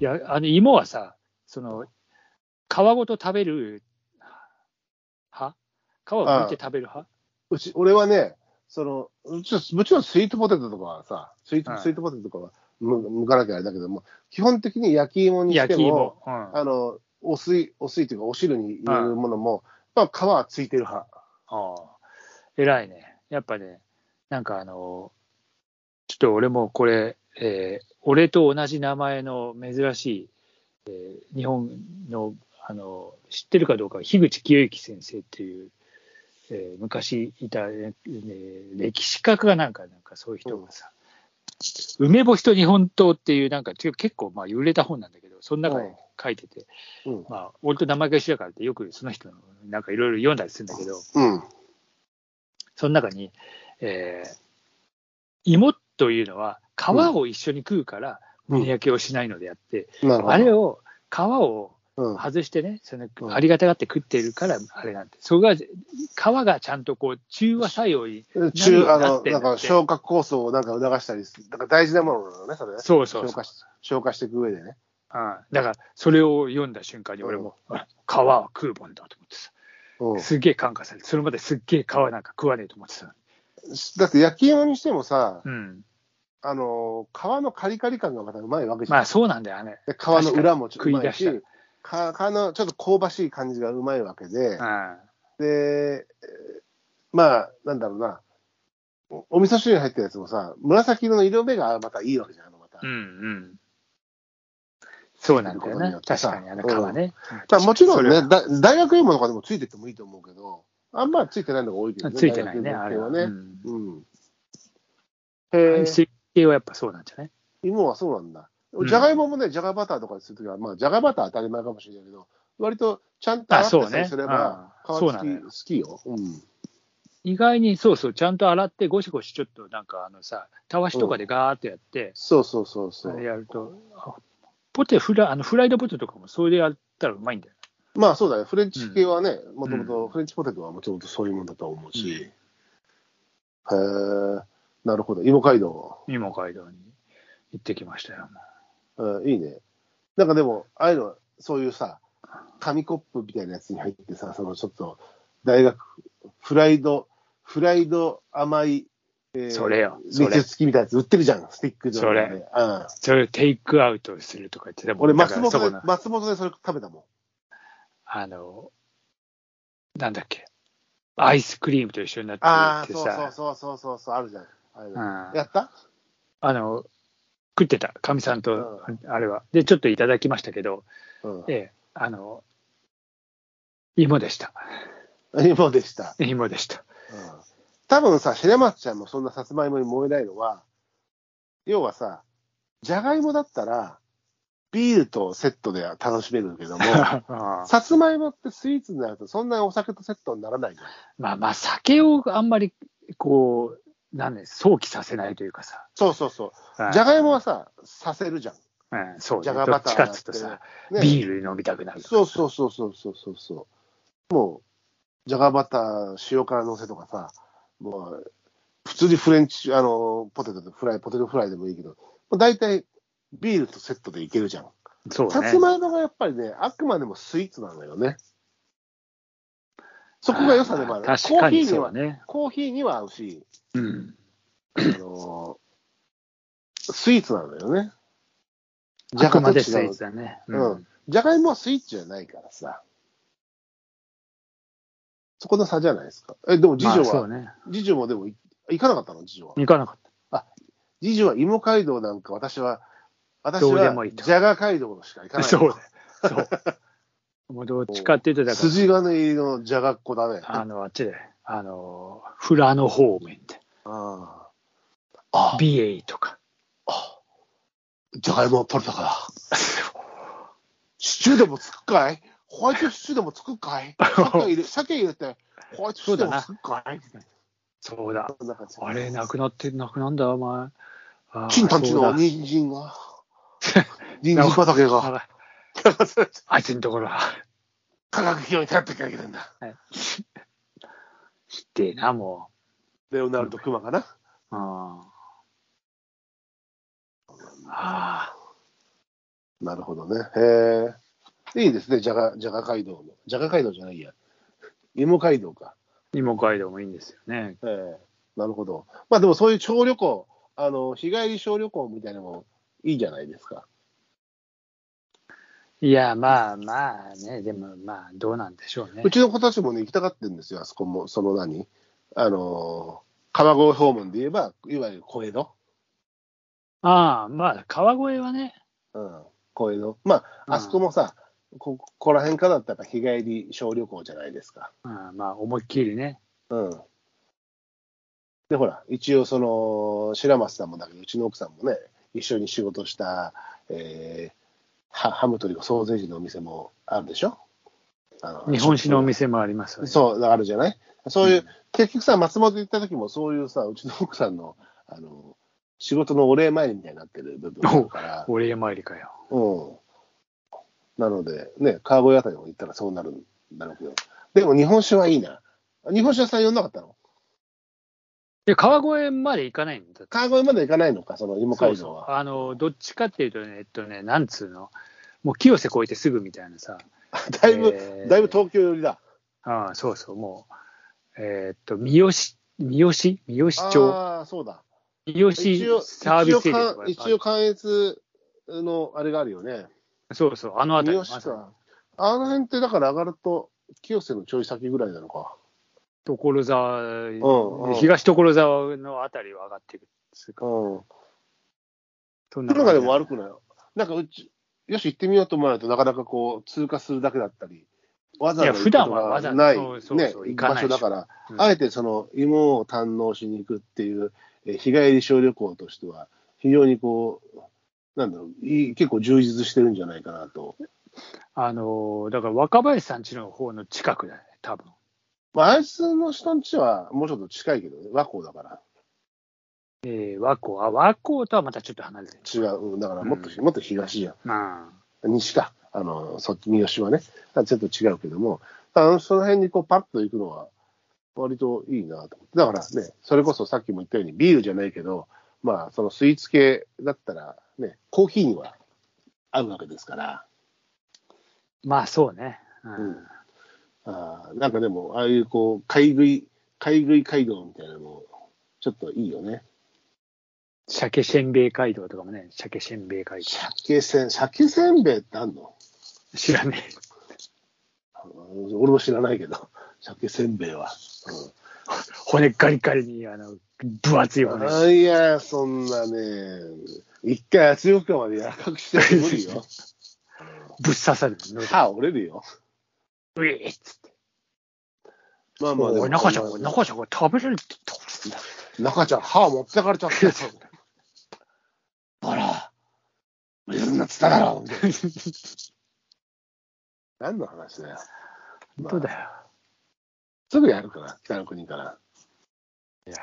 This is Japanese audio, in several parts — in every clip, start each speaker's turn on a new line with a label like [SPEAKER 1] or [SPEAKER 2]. [SPEAKER 1] や、あの芋はさ、その、皮ごと食べる派皮を剥いて食べる派
[SPEAKER 2] うち、俺はね、その、うちもちろんスイートポテトとかはさ、スイート,、
[SPEAKER 1] はい
[SPEAKER 2] スイートポテトとかはむむかなきゃあれだけども、基本的に焼き芋にして
[SPEAKER 1] 焼き
[SPEAKER 2] も
[SPEAKER 1] 芋、。うん
[SPEAKER 2] あの、お水、お水というかお汁に入れるものも、まあ皮はついてる派。
[SPEAKER 1] ああ、偉いね。やっぱね、なんかあの、ちょっと俺もこれ、えー俺と同じ名前の珍しい、えー日本の、あの、知ってるかどうか、樋口清之先生っていう、えー昔いた、えー歴史家かなんか、なんかそういう人がさ、梅干しと日本刀っていう、なんかちょ結構まあ売れた本なんだけど、その中
[SPEAKER 2] う
[SPEAKER 1] で
[SPEAKER 2] ん
[SPEAKER 1] 書いてて、
[SPEAKER 2] うん。
[SPEAKER 1] まあ、俺と名前が一緒だからって、よくその人の、なんかいろいろ読んだりするんだけど、
[SPEAKER 2] うん。
[SPEAKER 1] その中に、えー芋というのは皮を一緒に食うから
[SPEAKER 2] うん
[SPEAKER 1] 胸焼けをしないのであって、
[SPEAKER 2] なるほど。
[SPEAKER 1] あれを皮を
[SPEAKER 2] うん。
[SPEAKER 1] 外してね、その
[SPEAKER 2] うん
[SPEAKER 1] ありがたがって食っているからあれなんて、そこが皮がちゃんとこう中和作用に、
[SPEAKER 2] 中、
[SPEAKER 1] 何
[SPEAKER 2] あ
[SPEAKER 1] にな
[SPEAKER 2] の、
[SPEAKER 1] ってん
[SPEAKER 2] な
[SPEAKER 1] だ
[SPEAKER 2] んか
[SPEAKER 1] って
[SPEAKER 2] 消化酵素をなんか促したりする。だから大事なものなのね、それね。
[SPEAKER 1] そうそう
[SPEAKER 2] 消
[SPEAKER 1] そう
[SPEAKER 2] 化し消化していく上でね。
[SPEAKER 1] うんだからそれを読んだ瞬間に俺も、あ皮は食うもんだと思ってさ、
[SPEAKER 2] うん。
[SPEAKER 1] すっげえ感化されて、それまですっげえ皮なんか食わねえと思ってた。
[SPEAKER 2] だって焼き芋にしてもさ、
[SPEAKER 1] うん、
[SPEAKER 2] あの、皮のカリカリ感がまたうまいわけじゃん。
[SPEAKER 1] まあそうなんだよね。
[SPEAKER 2] で皮の裏もちょっ
[SPEAKER 1] 確か
[SPEAKER 2] とう
[SPEAKER 1] に
[SPEAKER 2] まいし
[SPEAKER 1] 食い出、
[SPEAKER 2] か皮のちょっと香ばしい感じがうまいわけで、
[SPEAKER 1] うん
[SPEAKER 2] で、えーまあ、なんだろうな、おお味噌汁に入ったやつもさ、紫色の色目がまたいいわけじゃん、あのまた。
[SPEAKER 1] う
[SPEAKER 2] だ
[SPEAKER 1] んう
[SPEAKER 2] か
[SPEAKER 1] ん。そうなんだよ
[SPEAKER 2] 見ることに
[SPEAKER 1] ね
[SPEAKER 2] よっ。て
[SPEAKER 1] 確
[SPEAKER 2] さ
[SPEAKER 1] かに、あの川ね。
[SPEAKER 2] らもちろん
[SPEAKER 1] それ
[SPEAKER 2] ね、だ大学芋とかでもついてってもいいと思うけど、あんまついてないのが多いけどね。
[SPEAKER 1] ついてないね、あ
[SPEAKER 2] 大学
[SPEAKER 1] れ
[SPEAKER 2] 芋
[SPEAKER 1] は
[SPEAKER 2] 系
[SPEAKER 1] ね。
[SPEAKER 2] は
[SPEAKER 1] う
[SPEAKER 2] ね。
[SPEAKER 1] ん
[SPEAKER 2] うん。へー
[SPEAKER 1] 水系はやっぱそうなんじゃない
[SPEAKER 2] 芋はそうなんだ
[SPEAKER 1] う。ん
[SPEAKER 2] じゃがいももね、じゃがバターとかにするときは、まあ、じゃがバター当たり前かもしれないけど、割とちゃんと洗
[SPEAKER 1] あ
[SPEAKER 2] って
[SPEAKER 1] そう
[SPEAKER 2] さえ
[SPEAKER 1] ね。
[SPEAKER 2] すれば、皮
[SPEAKER 1] うん
[SPEAKER 2] 付
[SPEAKER 1] そう
[SPEAKER 2] き
[SPEAKER 1] なのよ
[SPEAKER 2] 好。きよ。うん。
[SPEAKER 1] 意外にそうそう、ちゃんと洗ってゴシゴシちょっとなんかあのさ、たわしとかでガーってやって、
[SPEAKER 2] そうそうそうそ
[SPEAKER 1] あれ
[SPEAKER 2] う。
[SPEAKER 1] やると、あポテフラあのフライドポテトとかもそれでやったらうまいんだよ。
[SPEAKER 2] まあそうだね、フレンチ系はね、もとも
[SPEAKER 1] う
[SPEAKER 2] と
[SPEAKER 1] ん
[SPEAKER 2] フレンチポテトはもともとそういうもんだと思うし、へえ、なるほど、芋街道、
[SPEAKER 1] 芋街道に行ってきましたよ。
[SPEAKER 2] うん、いいね。なんかでも、ああいうの、そういうさ、紙コップみたいなやつに入ってさ、そのちょっと、大学、フライド、フライド甘い、えー
[SPEAKER 1] それよそれ
[SPEAKER 2] 蜜付きみたいなやつ売ってるじゃん、スティック状のね
[SPEAKER 1] それ
[SPEAKER 2] うん。
[SPEAKER 1] それをテイクアウトするとか言ってたもん
[SPEAKER 2] 俺、
[SPEAKER 1] だか
[SPEAKER 2] 松
[SPEAKER 1] らそ
[SPEAKER 2] 本
[SPEAKER 1] こ
[SPEAKER 2] で
[SPEAKER 1] の、
[SPEAKER 2] 松本でそれ食べたも
[SPEAKER 1] あの、なんだっけ、アイスクリームと一緒になっ
[SPEAKER 2] ん。ああ、
[SPEAKER 1] てて
[SPEAKER 2] そうそう
[SPEAKER 1] さ、
[SPEAKER 2] そうそうそうそう、あるじゃん。あ
[SPEAKER 1] う
[SPEAKER 2] れ
[SPEAKER 1] ん
[SPEAKER 2] やった
[SPEAKER 1] あの、食ってた、かみさんと、あれは。で、ちょっといただきましたけど、
[SPEAKER 2] うん。
[SPEAKER 1] ええ、あの、芋でした。
[SPEAKER 2] 芋でした。
[SPEAKER 1] 芋で した。
[SPEAKER 2] うん多分さ、白松ちゃんもそんなさつまいもに燃えないのは、要はさ、じゃがいもだったら、ビールとセットで楽しめる けども、
[SPEAKER 1] ああ
[SPEAKER 2] さつまいもってスイーツになると、そんなお酒とセットにならないじゃん
[SPEAKER 1] まあまあ、酒をあんまり、こう、なんね、想起させないというかさ。
[SPEAKER 2] そうそうそう。
[SPEAKER 1] うん
[SPEAKER 2] じゃがいもはさ、させるじゃん。
[SPEAKER 1] うん、そうね、
[SPEAKER 2] じゃが
[SPEAKER 1] ど
[SPEAKER 2] バ
[SPEAKER 1] っ
[SPEAKER 2] タ
[SPEAKER 1] ち
[SPEAKER 2] ー
[SPEAKER 1] か
[SPEAKER 2] だ
[SPEAKER 1] っ
[SPEAKER 2] って
[SPEAKER 1] つうとさ、
[SPEAKER 2] ね、
[SPEAKER 1] ビール飲みたくなる。
[SPEAKER 2] そうそうそうそうそうそうそう。もう、じゃがバター、塩辛のせとかさ、もう、普通にフレンチ、あの、ポテトでフライ、ポテトフライでもいいけど、もう大体、ビールとセットでいけるじゃん。
[SPEAKER 1] そう
[SPEAKER 2] さ
[SPEAKER 1] ね
[SPEAKER 2] つ。まいもがやっぱりね、あくまでもスイーツなのよね。そこが良さでもある。
[SPEAKER 1] ああ確か
[SPEAKER 2] コー
[SPEAKER 1] に
[SPEAKER 2] ヒーに
[SPEAKER 1] そ
[SPEAKER 2] は、
[SPEAKER 1] うね。
[SPEAKER 2] コーヒーには合うし、
[SPEAKER 1] うん。
[SPEAKER 2] あのースイーツなのよね。
[SPEAKER 1] あくまでスイ
[SPEAKER 2] 違
[SPEAKER 1] ー
[SPEAKER 2] う
[SPEAKER 1] ツだね。
[SPEAKER 2] うん。じゃがいもはスイーツじゃないからさ。そこの差じゃないですか。え、でも次女
[SPEAKER 1] まあそ
[SPEAKER 2] は、
[SPEAKER 1] うね。
[SPEAKER 2] 次女もでもい行かなかったの次女は。
[SPEAKER 1] 行かなかっ
[SPEAKER 2] 次女は芋街道なんか私は、私
[SPEAKER 1] どうで
[SPEAKER 2] は
[SPEAKER 1] もいいと
[SPEAKER 2] じゃが街道しか行
[SPEAKER 1] た。
[SPEAKER 2] か ない。
[SPEAKER 1] そうだよ。そう。もうどっちかっていうと、だから、
[SPEAKER 2] 筋金入りのじゃがっこだね。
[SPEAKER 1] あの、あっちで、あの、富良野方面で、
[SPEAKER 2] ああ。
[SPEAKER 1] 美瑛とか。
[SPEAKER 2] じゃがいも取れたから。シチューでも作っかいホワイトシチューでも作っ かい鮭入れ鮭入れて、ホワイトシチューでも作っかいみたいな
[SPEAKER 1] そうだ。
[SPEAKER 2] そんな感じ。
[SPEAKER 1] あれ、なくなって、なくなんだ、お前。あー
[SPEAKER 2] チンタンチ
[SPEAKER 1] そ
[SPEAKER 2] の
[SPEAKER 1] うだ
[SPEAKER 2] 人参が。人参畑が。
[SPEAKER 1] ああいつのところは、
[SPEAKER 2] 化学費用に頼ってきゃいけないんだ。
[SPEAKER 1] ひってえな、も
[SPEAKER 2] レオナルド・クマかな。
[SPEAKER 1] う。うん。ああ。
[SPEAKER 2] なるほどね。へえ。いいですね、じゃが、じゃが街道の。じゃが街道じゃないや。芋街道か。
[SPEAKER 1] 芋街道もいいんですよね。
[SPEAKER 2] ええなるほど。まあでもそういう小旅行、あの、日帰り小旅行みたいなのもいいじゃないですか。
[SPEAKER 1] いや、まあまあね、でもまあ、どうなんでしょうね
[SPEAKER 2] う。ちの子たちもね、行きたがってるんですよ、あそこも、その何あのー、川越訪問で言えば、いわゆる小江戸。
[SPEAKER 1] ああ、まあ、川越はね、
[SPEAKER 2] うん、小江戸。ま
[SPEAKER 1] うん
[SPEAKER 2] あ、あそこもさ、こここら辺からだったら日帰り小旅行じゃないですか。
[SPEAKER 1] うんまあ、思いっきりね。
[SPEAKER 2] うん。で、ほら、一応、その、白松さんもだけど、うちの奥さんもね、一緒に仕事した、えーハハムとリコソーセージのお店もあるでしょあ
[SPEAKER 1] 日本酒のお店もありますよね。
[SPEAKER 2] そう、あるじゃないそうい
[SPEAKER 1] う
[SPEAKER 2] う、
[SPEAKER 1] ん
[SPEAKER 2] 結局さ、松本行った時も、そういうさ、うちの奥さんの、あの、仕事のお礼参りみたいになってる部分があるから、
[SPEAKER 1] お礼参りかよ。
[SPEAKER 2] うん。なので、ね、川越あたりも行ったらそうなるんだろうけど、でも日本酒はいいな。日本酒屋さん呼んなかったの
[SPEAKER 1] で、川越まで行かないんだって
[SPEAKER 2] 川越まで行かないのか、その芋
[SPEAKER 1] そ
[SPEAKER 2] 街
[SPEAKER 1] う
[SPEAKER 2] 道は。
[SPEAKER 1] そう。あの、どっちかっていうとね、えっとね、なんつうの、もう清瀬越えてすぐみたいなさ。
[SPEAKER 2] だいぶ、
[SPEAKER 1] えー
[SPEAKER 2] だいぶ東京寄りだ。
[SPEAKER 1] ああ、そうそう、もう、えーっと、三好、三好三好町
[SPEAKER 2] ああ、そうだ。
[SPEAKER 1] 三好
[SPEAKER 2] 一応、
[SPEAKER 1] サービスエリアとか
[SPEAKER 2] 一応関越のあれがあるよね。
[SPEAKER 1] そうそう、あの
[SPEAKER 2] 三
[SPEAKER 1] 辺り。
[SPEAKER 2] 好
[SPEAKER 1] まさに
[SPEAKER 2] か。あの辺って、だから上がると、清瀬のちょい先ぐらいなのか。
[SPEAKER 1] 所沢、
[SPEAKER 2] んうん
[SPEAKER 1] 東所沢のあたりを上がっていくつうか。
[SPEAKER 2] うん。
[SPEAKER 1] そん
[SPEAKER 2] プロがでも悪
[SPEAKER 1] く
[SPEAKER 2] くない。なんかうち、よし行ってみようと思わないとなかなかこう、通過するだけだったり、わざわざ行くことがない、
[SPEAKER 1] いや普段はわざそうそうそう
[SPEAKER 2] ね、
[SPEAKER 1] 行か
[SPEAKER 2] 場
[SPEAKER 1] ないでしょ
[SPEAKER 2] 所だから、
[SPEAKER 1] うん
[SPEAKER 2] あえてその芋を堪能しに行くっていう、えー日帰り小旅行としては、非常にこう、なんだろう、いい結構充実してるんじゃないかなと。
[SPEAKER 1] あのー、だから若林さん家の方の近くだね、多分。
[SPEAKER 2] まあ、あいつの人んちはもうちょっと近いけどね、和光だから。
[SPEAKER 1] えー、和光。あ、和光とはまたちょっと離れてる。
[SPEAKER 2] 違う、うんだからもっと、
[SPEAKER 1] うん
[SPEAKER 2] もっと東じゃん。
[SPEAKER 1] まあ。
[SPEAKER 2] 西か、あの、そっち、三好はね、ちょっと違うけども、あのその辺にこう、パッと行くのは、割といいなと思って。だからね、それこそさっきも言ったように、ビールじゃないけど、まあ、そのスイーツ系だったら、ね、コーヒーには合うわけですから、
[SPEAKER 1] まあそうね。うん
[SPEAKER 2] うんあーなんかでも、ああいうこう、買い食い、買い食い街道みたいなのも、ちょっといいよね。
[SPEAKER 1] 鮭せんべい街道とかもね、鮭せんべい街道。
[SPEAKER 2] 鮭せん、鮭せんべいってあんの
[SPEAKER 1] 知らねえ。
[SPEAKER 2] あの俺も知らないけど、鮭せんべいは。うん
[SPEAKER 1] 骨ガリガリに、あの、分厚い骨。
[SPEAKER 2] あいや、そんなね、一回圧力感まで柔らかくしても無理よ。
[SPEAKER 1] ぶっ刺さるの。
[SPEAKER 2] 歯折れるよ。
[SPEAKER 1] うえーっつって。
[SPEAKER 2] まあまあで
[SPEAKER 1] お
[SPEAKER 2] も、
[SPEAKER 1] い、中ちゃん、おい中ちゃん、これ食べれるってどうすんだ
[SPEAKER 2] 中ちゃん、歯持ってかれちゃ ったよ。ほら、やるなっつっただろ。 何の話だよ。
[SPEAKER 1] 本当
[SPEAKER 2] まあ
[SPEAKER 1] だよ。
[SPEAKER 2] すぐやるから、北の国から。
[SPEAKER 1] いや、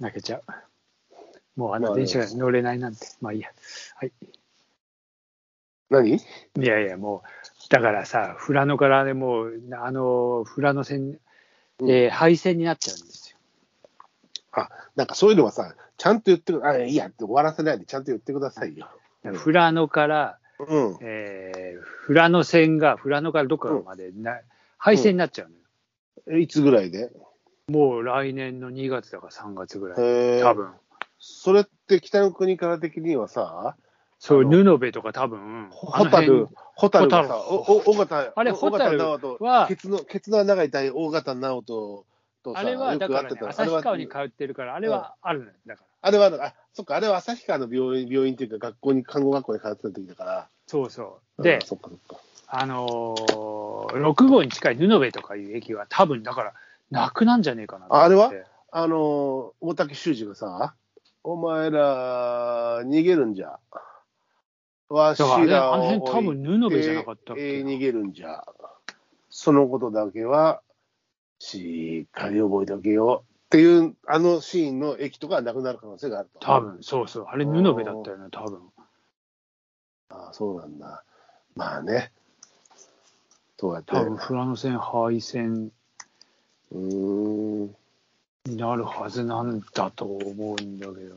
[SPEAKER 1] 泣けちゃう。もうあの電車が乗れないなんて。まあいいや。はい。
[SPEAKER 2] 何
[SPEAKER 1] いやいや、もう、だからさ、富良野からね、もう、あの、富良野線、えー廃線になっちゃうんですよ。
[SPEAKER 2] なんかそういうのはさ、ちゃんと言ってくあ、いいやって終わらせないで、ちゃんと言ってくださいよ。うん
[SPEAKER 1] 富良野から、
[SPEAKER 2] うん。
[SPEAKER 1] えー、富良野線が、富良野からどっかまでな、廃線になっちゃうのよ。
[SPEAKER 2] えいつぐらいで
[SPEAKER 1] もう来年の2月だか3月ぐらい。
[SPEAKER 2] え
[SPEAKER 1] 多分。
[SPEAKER 2] それって北の国から的にはさ、
[SPEAKER 1] そう、
[SPEAKER 2] あの
[SPEAKER 1] 布部とか多分。
[SPEAKER 2] ホタル、ホタルがさ、
[SPEAKER 1] ホ
[SPEAKER 2] お
[SPEAKER 1] タル
[SPEAKER 2] お尾形、
[SPEAKER 1] あれホタル
[SPEAKER 2] 尾形直人
[SPEAKER 1] は
[SPEAKER 2] ケツの、ケツの長い大大型直人とさ、
[SPEAKER 1] あれは、
[SPEAKER 2] よく
[SPEAKER 1] だ
[SPEAKER 2] 会
[SPEAKER 1] から、
[SPEAKER 2] って
[SPEAKER 1] ね、
[SPEAKER 2] たあれ
[SPEAKER 1] 旭
[SPEAKER 2] は
[SPEAKER 1] 川に通ってるから、あれはあるのよ。だから。
[SPEAKER 2] あれは、あ、そっか、あれは旭川の病院、病院っていうか、学校に、看護学校に通ってた時だから。
[SPEAKER 1] そうそう。
[SPEAKER 2] うん
[SPEAKER 1] で、
[SPEAKER 2] そっかそっか。
[SPEAKER 1] あのー、6号に近い布部とかいう駅は多分だからなくなんじゃねえかなと思って
[SPEAKER 2] ああれはあのー、大竹修二がさ、お前ら、逃げるんじゃ。わし
[SPEAKER 1] だからね
[SPEAKER 2] ら
[SPEAKER 1] あの
[SPEAKER 2] を
[SPEAKER 1] 辺多
[SPEAKER 2] 置い
[SPEAKER 1] 分布部じゃなかったっけ
[SPEAKER 2] えー
[SPEAKER 1] な
[SPEAKER 2] 逃げるんじゃ。そのことだけは、しっかり覚えておけよ。っていう、あのシーンの駅とかはなくなる可能性があると。
[SPEAKER 1] 多。分そうそうあれ布部だったよね多分
[SPEAKER 2] ああ、そうなんだ。まあね。そうやって。
[SPEAKER 1] 多分富良野線廃線
[SPEAKER 2] うーん。
[SPEAKER 1] になるはずなんだと思うんだけど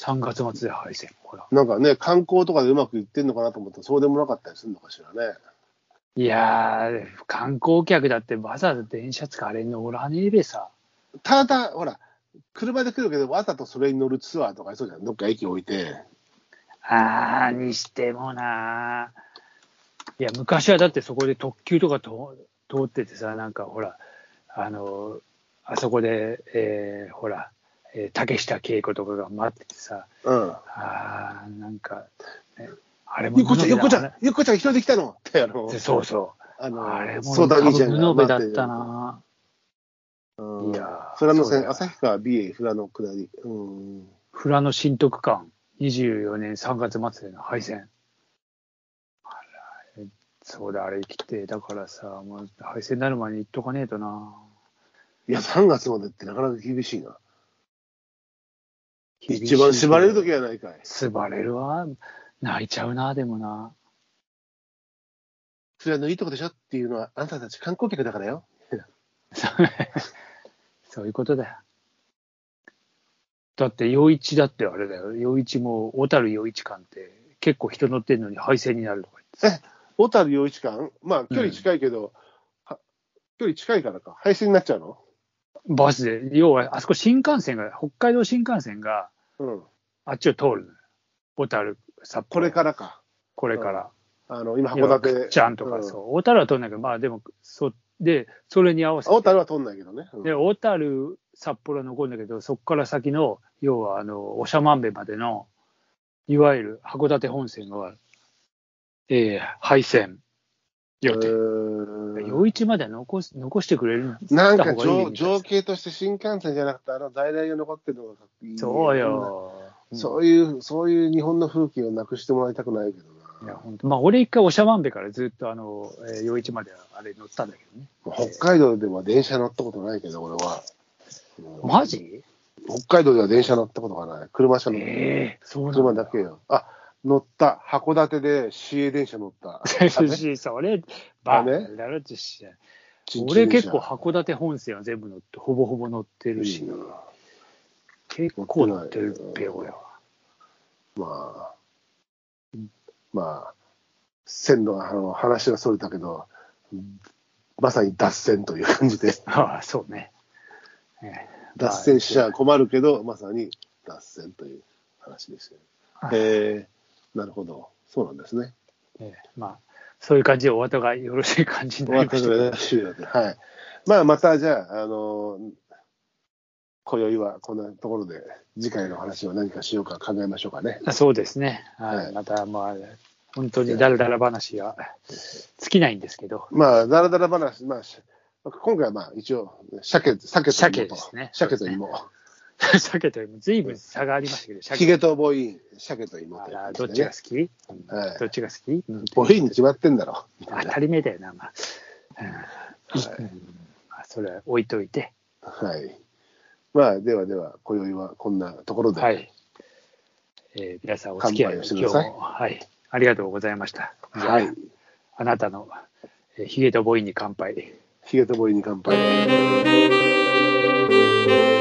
[SPEAKER 1] 3月末で敗戦。ほら。
[SPEAKER 2] なんかね、観光とかでうまくいってんのかなと思ったら、そうでもなかったりするのかしらね。
[SPEAKER 1] いやー、観光客だってわざわざ電車使われ乗らねえべさ。
[SPEAKER 2] ただ、ほら、車で来るけど、わざとそれに乗るツアーとかありそうじゃん。どっか駅置いて。
[SPEAKER 1] あー、にしてもなー。いや、昔はだってそこで特急とかと通っててさ、なんかほら、あの、あそこで、えー、ほら、えー竹下恵子とかが待っててさ、
[SPEAKER 2] うん。
[SPEAKER 1] あー、なんか、ね、あれも
[SPEAKER 2] ゆっこちゃん、ゆっこちゃん
[SPEAKER 1] 布、
[SPEAKER 2] ゆっこちゃん一人で来たのって、あの、
[SPEAKER 1] べそうそ
[SPEAKER 2] あ
[SPEAKER 1] う。あれ
[SPEAKER 2] の、
[SPEAKER 1] も、
[SPEAKER 2] 相談にじゃん
[SPEAKER 1] 多分布部だったな
[SPEAKER 2] うん
[SPEAKER 1] いやー
[SPEAKER 2] 富良野
[SPEAKER 1] そうだ
[SPEAKER 2] 線、
[SPEAKER 1] よ
[SPEAKER 2] 旭川、美瑛、富良野下り。うん。
[SPEAKER 1] 富良野新徳館、24年3月末での敗戦。あら、そうだ、あれ来て、だからさ、もう敗戦になる前に行っとかねえとな。
[SPEAKER 2] いや、3月までってなかなか厳しいな。一番縛れる時
[SPEAKER 1] は。
[SPEAKER 2] やないかい。
[SPEAKER 1] 縛れるわ。泣いちゃうな、でもな。
[SPEAKER 2] 富良野いいとこでしょっていうのは、あなたたち観光客だからよ。
[SPEAKER 1] そうそういうことだよ。だって、陽一だってあれだよ。陽一も、小樽陽一館って、結構人乗ってんのに敗戦になるとか言ってさ。
[SPEAKER 2] 小樽洋一館まあ、距離近いけど、は距離近いからか。廃止になっちゃうの
[SPEAKER 1] バスで、要は、あそこ新幹線が、北海道新幹線が、
[SPEAKER 2] うん。
[SPEAKER 1] あっちを通るのよ。小樽、札幌。
[SPEAKER 2] これからか。
[SPEAKER 1] これから。
[SPEAKER 2] あの、今、
[SPEAKER 1] いや
[SPEAKER 2] 函
[SPEAKER 1] くっ
[SPEAKER 2] 館。
[SPEAKER 1] ちゃんとか、
[SPEAKER 2] うん
[SPEAKER 1] そう。小樽は通んないけど、まあでも、そ、で、それに合わせて。
[SPEAKER 2] 小樽は取んないけどね。うん
[SPEAKER 1] で、小樽、札幌は残るんだけど、そこから先の、要は、あの、長万部までの、いわゆる函館本線が、えー、廃線予
[SPEAKER 2] え
[SPEAKER 1] 定。
[SPEAKER 2] ー
[SPEAKER 1] 余市までは残す、残してくれる。
[SPEAKER 2] なんか
[SPEAKER 1] した方がいいみ
[SPEAKER 2] 情
[SPEAKER 1] たいな
[SPEAKER 2] 情景として新幹線じゃなくて、あの在来が残ってるのがかっこいい。
[SPEAKER 1] そう。よ。
[SPEAKER 2] そういう、そういう日本の風景をなくしてもらいたくないけど
[SPEAKER 1] い
[SPEAKER 2] な。
[SPEAKER 1] や、本当まあ、俺一回長万部からずっと、あの、えー、余市まではあれ乗ったんだけどね。
[SPEAKER 2] 北海道では電車乗ったことないけど、俺は。うん
[SPEAKER 1] マジ
[SPEAKER 2] 北海道では電車乗ったことがない。車しか乗ってない。
[SPEAKER 1] ええそうなん
[SPEAKER 2] 車だけよ。あ、乗った。函館で市営電車乗った。
[SPEAKER 1] し、それ、バ
[SPEAKER 2] あ
[SPEAKER 1] カ
[SPEAKER 2] ね
[SPEAKER 1] だろってし。
[SPEAKER 2] ちんちん電車
[SPEAKER 1] 俺結構函館本線は全部乗って、ほぼほぼ乗ってるし、
[SPEAKER 2] うん
[SPEAKER 1] 結構乗ってるべよ、俺は。
[SPEAKER 2] まあ、まあ、線路があの話がそれたけど、まさに脱線という感じで、
[SPEAKER 1] ああ、そうね。ね
[SPEAKER 2] 脱線しちゃ困るけど、まさに脱線という話でしたよ
[SPEAKER 1] は。い
[SPEAKER 2] えー、なるほど、そうなんですね。
[SPEAKER 1] まあええまあ、そういう感じでお後がよろしい感じに
[SPEAKER 2] 終
[SPEAKER 1] な
[SPEAKER 2] わ
[SPEAKER 1] り
[SPEAKER 2] っ
[SPEAKER 1] ま
[SPEAKER 2] た
[SPEAKER 1] し
[SPEAKER 2] の
[SPEAKER 1] た
[SPEAKER 2] で、終了で。はい。まあ、またじゃあ、あの今宵はこんなところで、次回の話を何かしようか考えましょうかね。
[SPEAKER 1] あそうですね。はい。
[SPEAKER 2] はい
[SPEAKER 1] また、まあ、本当にだらだら話が尽きないんですけ ど、
[SPEAKER 2] まあ、だらだら話、まあ、し今回はまあ、一応、鮭、鮭と
[SPEAKER 1] 鮭
[SPEAKER 2] 芋
[SPEAKER 1] で
[SPEAKER 2] と
[SPEAKER 1] すね、
[SPEAKER 2] 鮭と芋。
[SPEAKER 1] 鮭とずいぶん差がありましたけど、
[SPEAKER 2] ヒゲとボイン、鮭と芋
[SPEAKER 1] あ
[SPEAKER 2] という
[SPEAKER 1] ら
[SPEAKER 2] 感
[SPEAKER 1] どっ
[SPEAKER 2] じ
[SPEAKER 1] ち
[SPEAKER 2] で
[SPEAKER 1] が
[SPEAKER 2] ね
[SPEAKER 1] 好。き、
[SPEAKER 2] はい
[SPEAKER 1] どっちが好き、
[SPEAKER 2] ボインに決まってんだろ。
[SPEAKER 1] 当たり前だよな、まあ。うん
[SPEAKER 2] はい
[SPEAKER 1] うんまあそれは置いといて。
[SPEAKER 2] はい。まあ、ではでは、今宵はこんなところで。
[SPEAKER 1] はい。えー皆さんお付き合い
[SPEAKER 2] 乾杯
[SPEAKER 1] を
[SPEAKER 2] をしてく
[SPEAKER 1] 今
[SPEAKER 2] だ
[SPEAKER 1] 日
[SPEAKER 2] さい
[SPEAKER 1] も。はい。ありがとうございました。じゃあ
[SPEAKER 2] はい。
[SPEAKER 1] あなたの、えー、ヒゲとボインに乾杯。
[SPEAKER 2] ヒゲとボインに乾杯。
[SPEAKER 1] 「